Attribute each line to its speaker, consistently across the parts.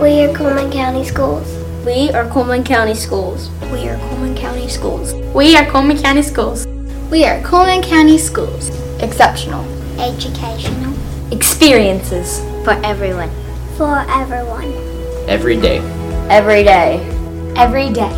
Speaker 1: We are Coleman County Schools.
Speaker 2: We are Coleman County Schools.
Speaker 1: We are Coleman County Schools.
Speaker 2: We are Coleman County Schools. We are Coleman County Schools. Exceptional.
Speaker 1: Educational.
Speaker 2: Experiences. For everyone.
Speaker 1: For everyone.
Speaker 3: every day.
Speaker 2: Every day. Every day.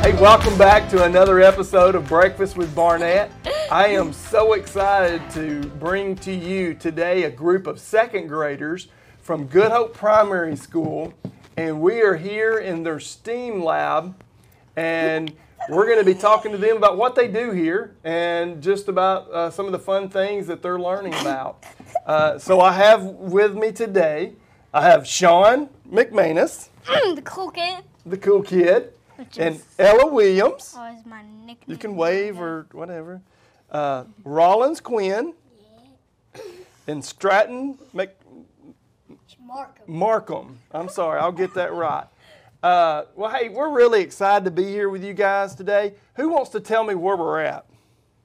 Speaker 4: Hey, welcome back to another episode of Breakfast with Barnett. I am so excited to bring to you today a group of second graders from Good Hope Primary School, and we are here in their STEAM lab, and we're going to be talking to them about what they do here and just about uh, some of the fun things that they're learning about. Uh, so I have with me today, I have Sean McManus,
Speaker 5: Mm, The cool kid
Speaker 4: the cool kid, and Ella Williams.
Speaker 5: was my nickname.
Speaker 4: You can wave or whatever. Uh, Rollins Quinn and Stratton Mc-
Speaker 5: Marco.
Speaker 4: Markham. I'm sorry, I'll get that right. Uh, well, hey, we're really excited to be here with you guys today. Who wants to tell me where we're at?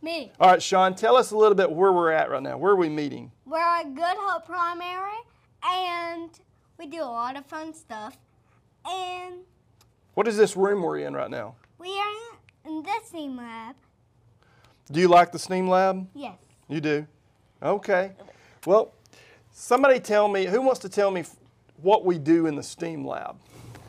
Speaker 5: Me.
Speaker 4: All right, Sean, tell us a little bit where we're at right now. Where are we meeting?
Speaker 5: We're at Good Hope Primary, and we do a lot of fun stuff. And
Speaker 4: What is this room we're in right now?
Speaker 5: we are in the STEAM lab.
Speaker 4: Do you like the STEAM lab?
Speaker 5: Yes.
Speaker 4: You do? Okay. Well, somebody tell me, who wants to tell me f- what we do in the STEAM lab?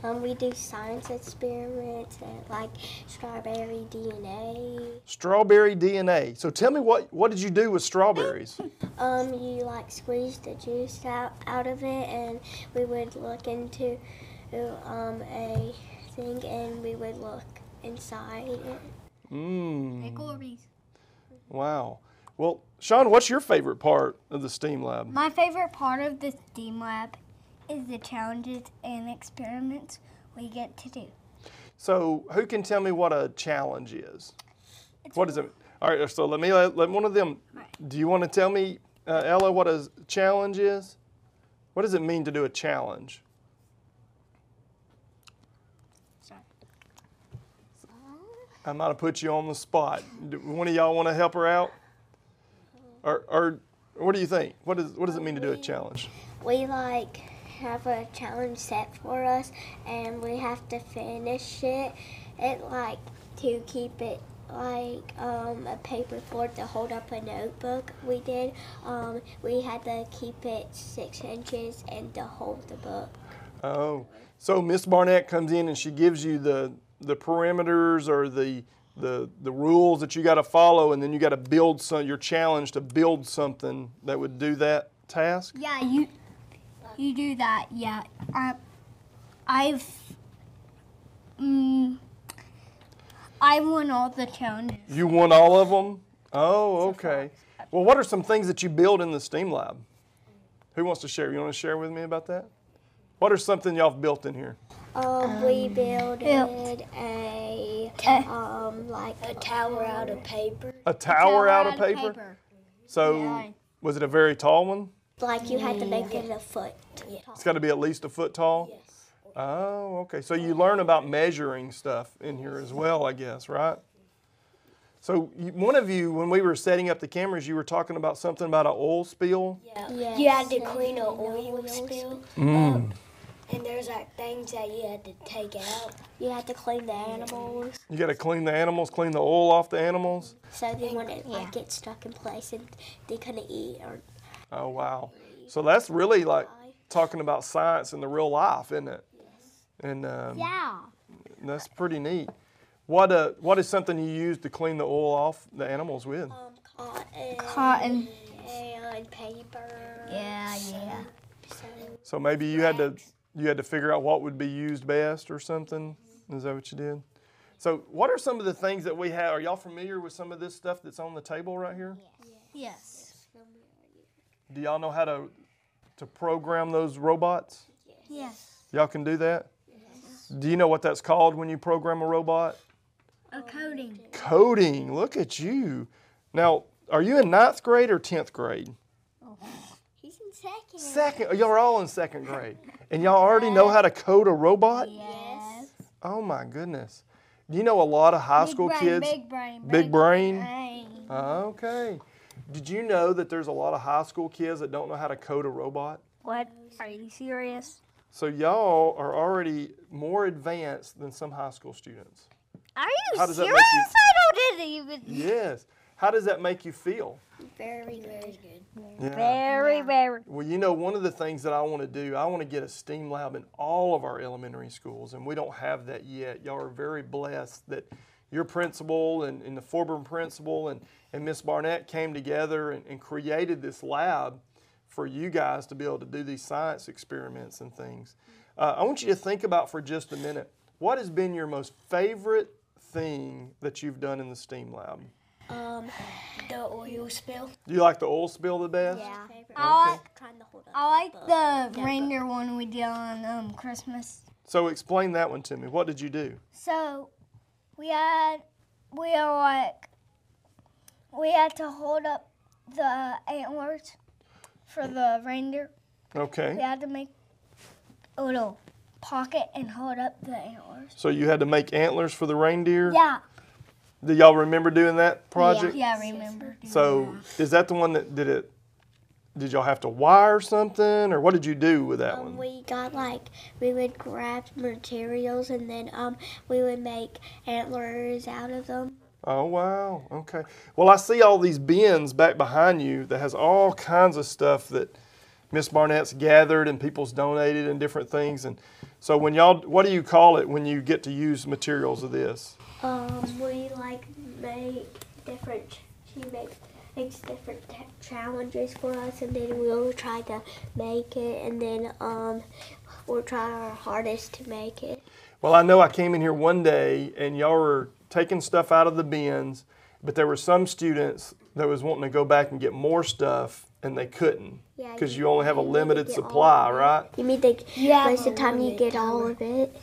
Speaker 1: Um, we do science experiments and like strawberry DNA.
Speaker 4: Strawberry DNA. So tell me what what did you do with strawberries?
Speaker 1: Um, you like squeeze the juice out, out of it, and we would look into um, a thing and we would look inside it.
Speaker 5: Hey, Corby's.
Speaker 4: wow. Well, Sean, what's your favorite part of the STEAM lab?
Speaker 5: My favorite part of the STEAM lab is the challenges and experiments we get to do.
Speaker 4: So who can tell me what a challenge is? What is it? All right. So let me uh, let, let one of them. Do you want to tell me, uh, Ella, what a challenge is? What does it mean to do a challenge?
Speaker 5: Sorry.
Speaker 4: I might have put you on the spot. Do one of y'all want to help her out? Or, or what do you think? What, is, what does it mean to do a challenge?
Speaker 1: We like have a challenge set for us, and we have to finish it. It like to keep it like um, a paper board to hold up a notebook. We did. Um, we had to keep it six inches and to hold the book.
Speaker 4: Oh, so Miss Barnett comes in and she gives you the the parameters or the the the rules that you got to follow, and then you got to build some your challenge to build something that would do that task.
Speaker 5: Yeah, you you do that. Yeah, um, I've mm, I won all the challenges.
Speaker 4: You won all of them. Oh, okay. Well, what are some things that you build in the STEAM lab? Who wants to share? You want to share with me about that? What are something y'all have built in here?
Speaker 1: Um, we builded a
Speaker 5: Uh,
Speaker 1: um like a tower out of paper.
Speaker 4: A tower, out, of paper. So, was it a very tall one?
Speaker 1: Like you had to make it a foot.
Speaker 4: It's got to be at least a foot tall. Yes. Oh, okay. So you learn about measuring stuff in here as well, I guess, right? So you, one of you, when we were setting up the cameras, you were talking about something about an oil spill.
Speaker 1: Yes.
Speaker 6: You had to clean an oil spill. up, and there's like things that you had to take out.
Speaker 1: You had to clean the animals.
Speaker 4: You got to clean the animals, clean the oil off the animals.
Speaker 1: So they wouldn't like get stuck in place and they couldn't eat or
Speaker 4: Oh wow! So that's really like talking about science in the real life, isn't it? And um,
Speaker 5: Yeah.
Speaker 4: that's pretty neat. What uh, what is something you use to clean the oil off the animals with?
Speaker 1: um, cotton,
Speaker 5: Cotton.
Speaker 1: and paper.
Speaker 5: Yeah, yeah.
Speaker 1: So
Speaker 4: So maybe you had to you had to figure out what would be used best or something. Is that what you did? So what are some of the things that we have? Are y'all familiar with some of this stuff that's on the table right here?
Speaker 5: Yes.
Speaker 4: Do y'all know how to to program those robots?
Speaker 5: Yes.
Speaker 4: Y'all can do that? Do you know what that's called when you program a robot?
Speaker 5: A coding.
Speaker 4: Coding. Look at you. Now, are you in ninth grade or tenth grade?
Speaker 1: he's
Speaker 5: Oh, second.
Speaker 4: Second, oh, y'all are all in second grade, and y'all already know how to code a robot.
Speaker 5: Yes.
Speaker 4: Oh my goodness! You know a lot of high school
Speaker 5: brain,
Speaker 4: kids.
Speaker 5: Big brain.
Speaker 4: Big brain.
Speaker 5: brain.
Speaker 4: Okay. Did you know that there's a lot of high school kids that don't know how to code a robot?
Speaker 5: What? Are you serious?
Speaker 4: So y'all are already more advanced than some high school students.
Speaker 5: Are you
Speaker 4: How does that
Speaker 5: serious?
Speaker 4: make you-
Speaker 5: I don't even.
Speaker 4: Yes. How does that make you feel?
Speaker 1: Very good.
Speaker 4: Yeah.
Speaker 5: Very, very.
Speaker 4: Well, you know, one of the things that I want to do, I want to get a STEAM lab in all of our elementary schools, and we don't have that yet. Y'all are very blessed that your principal and, and the Forburn principal and, and Miss Barnett came together and, and created this lab for you guys to be able to do these science experiments and things. Uh, I want you to think about for just a minute what has been your most favorite thing that you've done in the STEAM lab?
Speaker 6: The oil spill.
Speaker 4: Do you like the oil spill the best?
Speaker 5: Yeah.
Speaker 1: I
Speaker 5: I
Speaker 1: like trying to hold up.
Speaker 5: I like the reindeer one we did on um, Christmas.
Speaker 4: So explain that one to me. What did you do?
Speaker 5: So we had we are like we had to hold up the antlers for the reindeer.
Speaker 4: Okay.
Speaker 5: We had to make a little pocket and hold up the antlers.
Speaker 4: So you had to make antlers for the reindeer?
Speaker 5: Yeah.
Speaker 4: Do y'all remember doing that project?
Speaker 5: Yeah, I remember.
Speaker 4: So is that the one that did it? Did y'all have to wire something or what did you do with that
Speaker 1: Um,
Speaker 4: one?
Speaker 1: we got like we would grab materials and then um we would make antlers out of them.
Speaker 4: Oh wow. Okay. Well, I see all these bins back behind you that has all kinds of stuff that Miss Barnett's gathered and people's donated and different things and so when y'all what do you call it when you get to use materials of this?
Speaker 1: Um, we like make different. She makes makes different t- challenges for us, and then we'll try to make it, and then um we'll try our hardest to make it.
Speaker 4: Well, I know I came in here one day and y'all were taking stuff out of the bins, but there were some students that was wanting to go back and get more stuff and they couldn't
Speaker 1: Yeah,
Speaker 4: because
Speaker 1: you-
Speaker 4: you only have a
Speaker 1: you need to
Speaker 4: limited
Speaker 1: get all
Speaker 4: supply,
Speaker 1: of it.
Speaker 4: right?
Speaker 1: You mean they
Speaker 6: Yeah,
Speaker 1: most of the time you
Speaker 6: limited
Speaker 1: get all of it?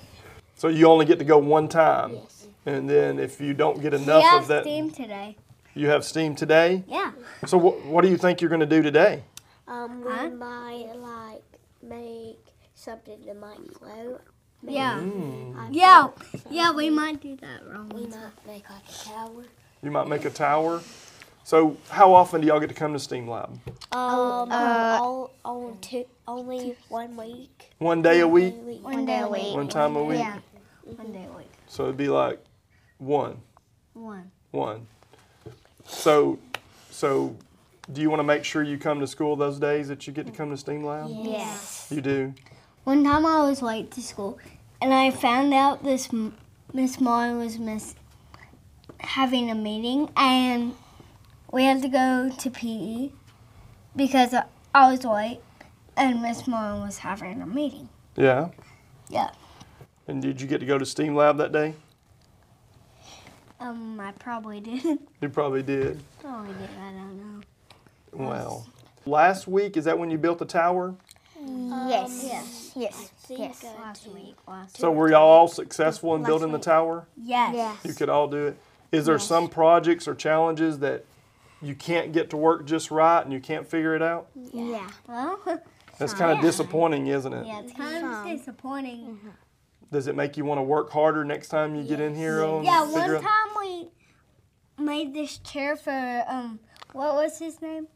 Speaker 4: So you only get to go one time.
Speaker 1: Yes.
Speaker 4: And then if you don't get
Speaker 5: we
Speaker 4: enough
Speaker 5: have
Speaker 4: of that,
Speaker 5: steam today.
Speaker 4: you have steam today.
Speaker 5: Yeah.
Speaker 4: So wh- what do you think you're going to do today?
Speaker 1: Um, we
Speaker 5: Huh?
Speaker 1: might like make something that might float.
Speaker 5: Yeah.
Speaker 4: Mm.
Speaker 1: I
Speaker 5: Yeah.
Speaker 1: think.
Speaker 5: Yeah, we might do that wrong.
Speaker 6: We might make like a tower.
Speaker 4: You might make a tower. So how often do y'all get to come to STEAM Lab?
Speaker 1: Um, all, all two, only one week.
Speaker 4: One day a week,
Speaker 5: One day a week.
Speaker 4: one time a week.
Speaker 5: Yeah. One day a week.
Speaker 4: So it'd be like one.
Speaker 5: One.
Speaker 4: one. So, so do you want to make sure you come to school those days that you get to come to STEAM Lab?
Speaker 5: Yes.
Speaker 4: You do.
Speaker 5: One time I was late to school, and I found out this m- Miss Molly was miss having a meeting, and we had to go to PE because I- I was late, and Miss Molly was having a meeting.
Speaker 4: Yeah.
Speaker 5: Yeah.
Speaker 4: And did you get to go to STEAM Lab that day?
Speaker 5: Um, I probably didn't.
Speaker 4: You probably did.
Speaker 5: Probably did. I don't know.
Speaker 4: Wow. Last week is that when you built the tower?
Speaker 5: yes. Yes. Yes.
Speaker 1: think
Speaker 5: Yes.
Speaker 1: I
Speaker 5: Last week. Last
Speaker 4: So were y'all all successful in building the tower?
Speaker 5: Yes.
Speaker 4: You could all do it. Is there some projects or challenges that you can't get to work just right and you can't figure it out?
Speaker 5: Yeah. Well,
Speaker 4: That's kind of disappointing, isn't it?
Speaker 5: yeah, it's Mm-hmm. kind of disappointing.
Speaker 4: Does it make you want to work harder next time you get in here on
Speaker 5: Yeah,
Speaker 4: figure
Speaker 5: one
Speaker 4: out-
Speaker 5: time we made this chair for um, what was his name?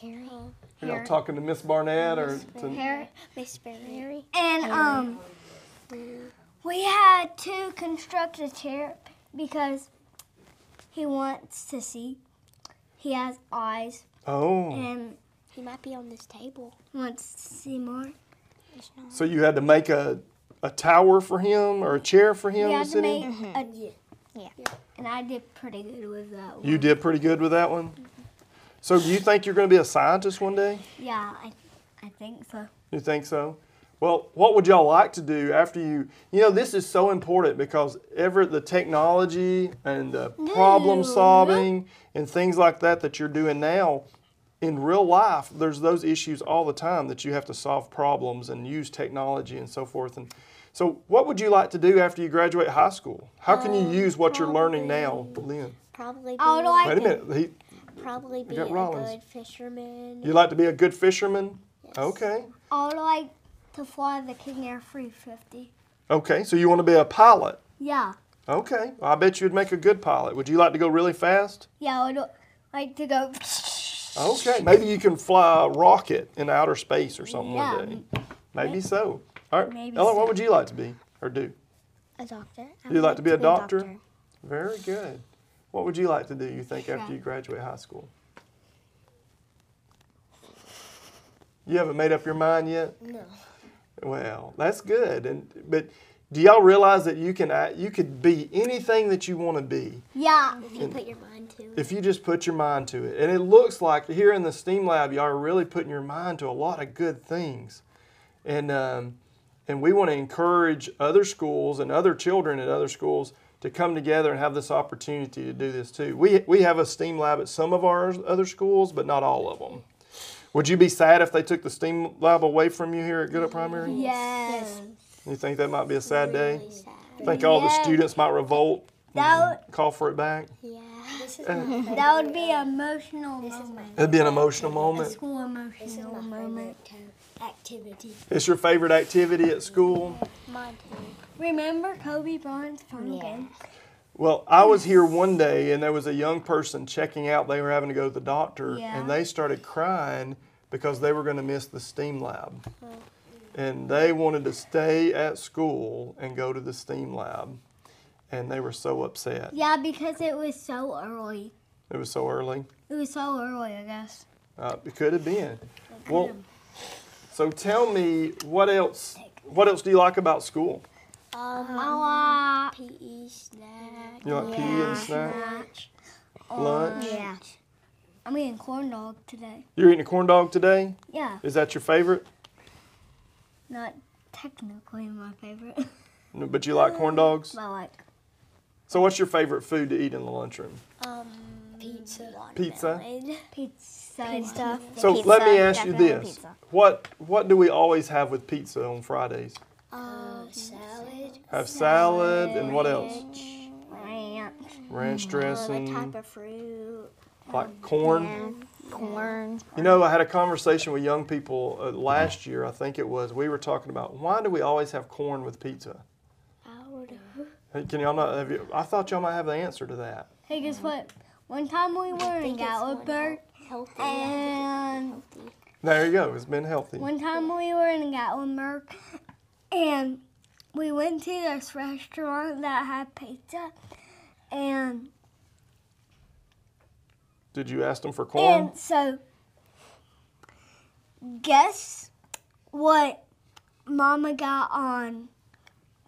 Speaker 4: You know, talking to Miss Barnett or to,
Speaker 5: Harry.
Speaker 1: Miss Berry.
Speaker 5: And um, we had to construct a chair because he wants to see. He has eyes
Speaker 4: oh,
Speaker 5: and
Speaker 1: He might be on this table.
Speaker 5: wants to see more.
Speaker 4: so you had to make a a tower for him or a chair for him
Speaker 5: We
Speaker 4: to
Speaker 5: had to
Speaker 4: sit
Speaker 5: make
Speaker 4: in.
Speaker 5: a Mm-hmm. yeah. And I did pretty good with that one.
Speaker 4: You did pretty good with that one. So do you think you're going to be a scientist one day?
Speaker 5: Yeah, I, I think so.
Speaker 4: You think so? Well, what would y'all like to do after you? You know, this is so important because ever the technology and the problem solving and things like that that you're doing now in real life, there's those issues all the time that you have to solve problems and use technology and so forth. And so, what would you like to do after you graduate high school? How can you use what you're learning now, Lynn?
Speaker 1: Probably.
Speaker 5: I would
Speaker 1: be-
Speaker 5: like
Speaker 4: Wait a minute. He,
Speaker 1: probably be a
Speaker 4: got Rollins.
Speaker 1: good fisherman.
Speaker 4: You like to be a good fisherman? Okay.
Speaker 5: I would like to fly the King Air 350.
Speaker 4: Okay. So you want to be a pilot?
Speaker 5: Yeah.
Speaker 4: Okay. Well, I bet you'd make a good pilot. Would you like to go really fast?
Speaker 5: Yeah, I would like to go.
Speaker 4: Okay. Maybe you can fly a rocket in outer space or something
Speaker 5: Yeah.
Speaker 4: one day. Maybe so. All right.
Speaker 5: Maybe
Speaker 4: Ellen,
Speaker 5: so.
Speaker 4: what would you like to be or do?
Speaker 1: A doctor. I
Speaker 4: You'd like to be a
Speaker 1: a
Speaker 4: doctor?
Speaker 1: doctor.
Speaker 4: Very good. What would you like to do, you think, after you graduate high school? You haven't made up your mind yet?
Speaker 6: No.
Speaker 4: Well, that's good. And but do y'all realize that you can act- you could be anything that you want to be
Speaker 5: Yeah.
Speaker 1: If you put your mind to it.
Speaker 4: if you just put your mind to it. And it looks like here in the STEAM lab, y'all are really putting your mind to a lot of good things. And um, and we want to encourage other schools and other children at other schools to come together and have this opportunity to do this too. We we have a STEAM lab at some of our other schools, but not all of them. Would you be sad if they took the STEAM lab away from you here at Good Up Primary?
Speaker 5: Yes.
Speaker 4: You think that might be a sad day?
Speaker 1: Sad.
Speaker 4: Think all the
Speaker 5: Yes.
Speaker 4: students might revolt,
Speaker 5: That
Speaker 4: call for it back?
Speaker 1: Yeah.
Speaker 6: This is my
Speaker 5: would,
Speaker 6: favorite.
Speaker 5: that would be an emotional moment.
Speaker 4: It'd be an emotional moment.
Speaker 5: School
Speaker 6: This is
Speaker 5: emotional
Speaker 6: my
Speaker 5: moment.
Speaker 6: favorite time, activity.
Speaker 4: It's your favorite activity at school?
Speaker 1: Mine too.
Speaker 5: Remember Kobe Bryant's phone game?
Speaker 4: Well, I was here one day and there was a young person checking out. They were having to go to the doctor
Speaker 5: Yeah.
Speaker 4: and they started crying because they were going to miss the STEAM lab. And they wanted to stay at school and go to the STEAM lab. And they were so upset.
Speaker 5: Yeah, because it was so early.
Speaker 4: It was so early.
Speaker 5: It was so early, I guess.
Speaker 4: Uh, it could have been. Well, so tell me what else? What else do you like about school?
Speaker 1: Um,
Speaker 5: I
Speaker 1: PE snack.
Speaker 4: You like PE and snack, lunch. Um,
Speaker 5: Yeah. I'm eating corn dog today.
Speaker 4: You're eating a corn dog today.
Speaker 5: Yeah.
Speaker 4: Is that your favorite?
Speaker 5: Not technically my favorite,
Speaker 4: No, But you like corn dogs.
Speaker 5: but like
Speaker 4: So what's your favorite food to eat in the lunchroom?
Speaker 1: Um, Pizza.
Speaker 4: Pizza.
Speaker 5: pizza and stuff.
Speaker 4: So let me ask you this: what what do we always have with pizza on Fridays?
Speaker 1: Um,
Speaker 6: Salad.
Speaker 4: Have salad and what else? Ranch
Speaker 5: Ranch,
Speaker 1: what Uh, type
Speaker 4: dressing,
Speaker 1: of fruit?
Speaker 4: like corn.
Speaker 5: corn.
Speaker 4: You know, I had a conversation with young people uh, last year, I think it was. We were talking about why do we always have corn with pizza?
Speaker 1: I would
Speaker 4: Hey, Can y'all not? Have you, I thought y'all might have the answer to that.
Speaker 5: Hey, guess what? One time we were in Gatlinburg,
Speaker 1: healthy.
Speaker 5: and
Speaker 4: There you go. It's been healthy.
Speaker 5: one time we were in Gatlinburg, and we went to this restaurant that had pizza, and
Speaker 4: Did you ask them for corn?
Speaker 5: And so, guess what Mama got on?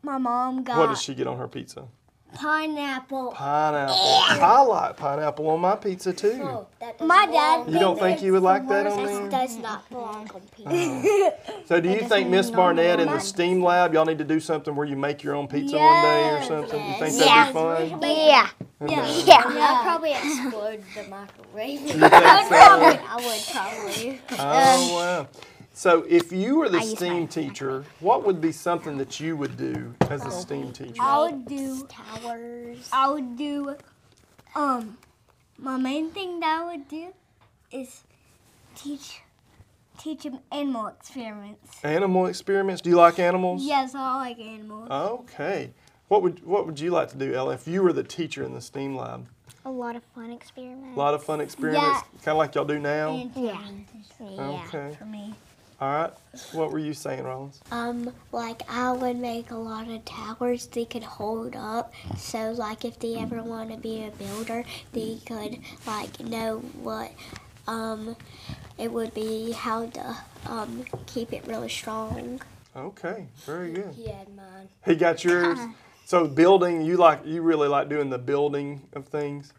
Speaker 5: My mom got
Speaker 4: What did she get on her pizza?
Speaker 5: pineapple.
Speaker 4: Pineapple. I like pineapple on my pizza too.
Speaker 6: Oh, that doesn't
Speaker 5: My dad.
Speaker 4: You don't think you would like that on
Speaker 1: This
Speaker 4: there? Uh-huh.
Speaker 1: does not belong on pizza.
Speaker 4: So do you think Miss Barnett in the STEAM lab, y'all need to do something where you make your own pizza one day or
Speaker 5: Yes.
Speaker 4: something? You think
Speaker 1: Yes.
Speaker 4: that'd be fun?
Speaker 5: Yeah.
Speaker 4: Okay.
Speaker 5: Yeah.
Speaker 6: I'd probably explode the microwave.
Speaker 4: You think so?
Speaker 6: I would probably.
Speaker 4: Oh wow! So if you were the STEAM teacher, what would be something that you would do as
Speaker 1: Oh.
Speaker 4: a STEAM teacher?
Speaker 5: I would do.
Speaker 1: Towers.
Speaker 5: I would do. Um, my main thing that I would do is teach teach them animal experiments.
Speaker 4: Animal experiments. Do you like animals?
Speaker 5: Yes, I like animals.
Speaker 4: Okay. What would what would you like to do, Ella, if you were the teacher in the STEAM lab?
Speaker 1: A lot of fun
Speaker 4: A
Speaker 1: experiments.
Speaker 4: lot of fun experiments, kind of like y'all do now.
Speaker 5: And yeah.
Speaker 4: Okay.
Speaker 5: For me.
Speaker 4: All right. What were you saying, Rollins?
Speaker 1: Um, like I would make a lot of towers they could hold up. So like if they ever want to be a builder, they could like know what um it would be how to um keep it really strong.
Speaker 4: Okay. Very good.
Speaker 6: He had mine.
Speaker 4: He got yours.
Speaker 5: Uh-huh.
Speaker 4: So building, you like you really like doing the building of things.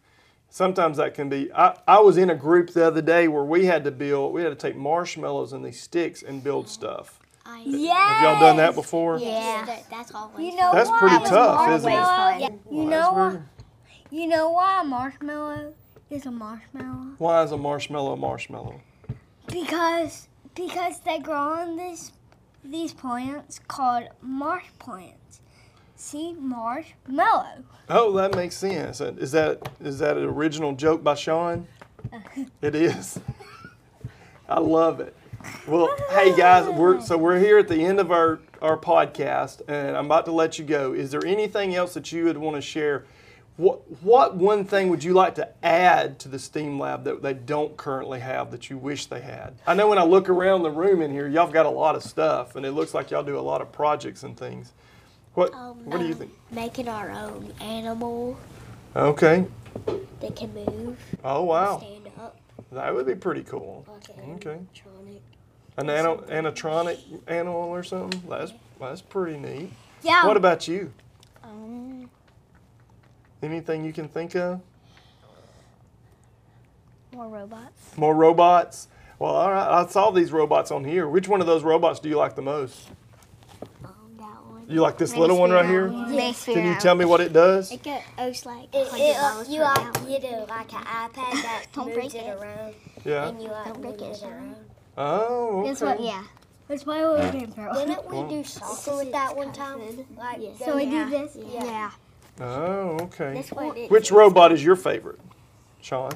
Speaker 4: Sometimes that can be. I, I was in a group the other day where we had to build. We had to take marshmallows and these sticks and build stuff.
Speaker 1: I
Speaker 4: Have y'all done that before?
Speaker 1: yeah. That, that's always
Speaker 5: You know
Speaker 4: That's
Speaker 5: why
Speaker 4: pretty
Speaker 5: a
Speaker 4: tough, isn't it?
Speaker 5: marshmallow- You
Speaker 4: That's
Speaker 5: know why?
Speaker 4: weird.
Speaker 5: You know why a marshmallow is a marshmallow?
Speaker 4: Why is a marshmallow a marshmallow?
Speaker 5: Because because they grow on this these plants called marsh plants. See marshmallow.
Speaker 4: Oh, that makes sense. Is that is that an original joke by Sean? It is. I love it. Well, hey guys, we're so we're here at the end of our our podcast, and I'm about to let you go. Is there anything else that you would want to share? What what one thing would you like to add to the STEAM lab that they don't currently have that you wish they had? I know when I look around the room in here, y'all've got a lot of stuff, and it looks like y'all do a lot of projects and things. What what do you think?
Speaker 1: Making our own animal
Speaker 4: Okay.
Speaker 1: that can move,
Speaker 4: Oh wow,
Speaker 1: stand up.
Speaker 4: that would be pretty cool.
Speaker 6: Like an
Speaker 4: Okay.
Speaker 6: animatronic.
Speaker 4: An ano- animatronic animal or something? That's that's pretty neat.
Speaker 5: Yeah.
Speaker 4: What about you?
Speaker 1: Oh. Um,
Speaker 4: Anything you can think of?
Speaker 1: more robots.
Speaker 4: More robots? Well, all right. I saw these robots on here. Which one of those robots do you like the most?
Speaker 1: Um, that one.
Speaker 4: You like this little one right here? Can you tell me what it does?
Speaker 1: It goes like
Speaker 6: It,
Speaker 1: hundred
Speaker 6: it, uh,
Speaker 1: miles
Speaker 6: you
Speaker 1: per
Speaker 6: like
Speaker 1: hour.
Speaker 6: you do like an iPad that
Speaker 5: Don't
Speaker 6: moves
Speaker 5: break
Speaker 6: it
Speaker 5: it.
Speaker 6: around,
Speaker 4: Yeah.
Speaker 6: and you like
Speaker 1: Don't break
Speaker 6: move
Speaker 1: it,
Speaker 6: it
Speaker 1: Sean.
Speaker 6: around.
Speaker 4: Oh,
Speaker 5: Guess what?
Speaker 4: okay.
Speaker 5: Yeah. That's why we came from.
Speaker 6: Didn't we do soccer with that one time? Like,
Speaker 5: So we do this.
Speaker 6: Yeah.
Speaker 4: Oh, okay.
Speaker 1: That's what it
Speaker 4: Which robot is your favorite, Sean?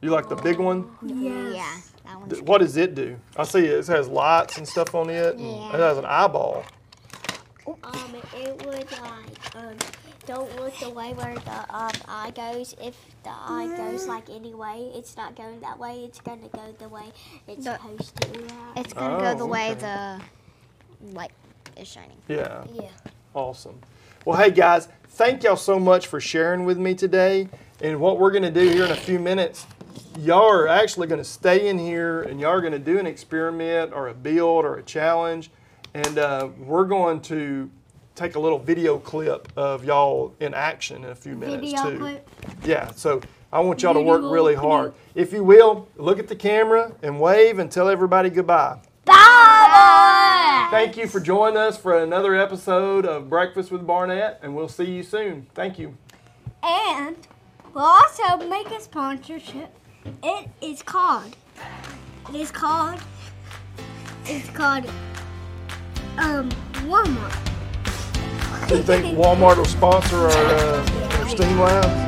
Speaker 4: You like the big one?
Speaker 5: Yeah. Yeah. That one's
Speaker 4: Th- What does it do? I see it has lights and stuff on it. and
Speaker 5: Yeah.
Speaker 4: It has an eyeball.
Speaker 1: Um, it would like um, don't look the way where the um eye goes. If the eye goes like any way, it's not going that way. It's gonna go the way it's
Speaker 2: The-
Speaker 1: supposed to. Right?
Speaker 2: It's gonna go
Speaker 4: Oh,
Speaker 2: the way
Speaker 4: okay.
Speaker 2: the light is shining.
Speaker 4: Yeah.
Speaker 6: Yeah.
Speaker 4: Awesome. Well, hey guys, thank y'all so much for sharing with me today. And what we're going to do here in a few minutes, y'all are actually going to stay in here and y'all are going to do an experiment or a build or a challenge. And uh, we're going to take a little video clip of y'all in action in a few minutes
Speaker 5: Video
Speaker 4: too.
Speaker 5: clip.
Speaker 4: Yeah, so I want y'all to work
Speaker 5: Video
Speaker 4: really
Speaker 5: clip.
Speaker 4: hard. If you will, look at the camera and wave and tell everybody goodbye. Thank you for joining us for another episode of Breakfast with Barnett, and we'll see you soon. Thank you.
Speaker 5: And we'll also make a sponsorship. It is called. It is called. It's called. Um, Walmart.
Speaker 4: Do you think Walmart will sponsor our, uh, our STEAM labs?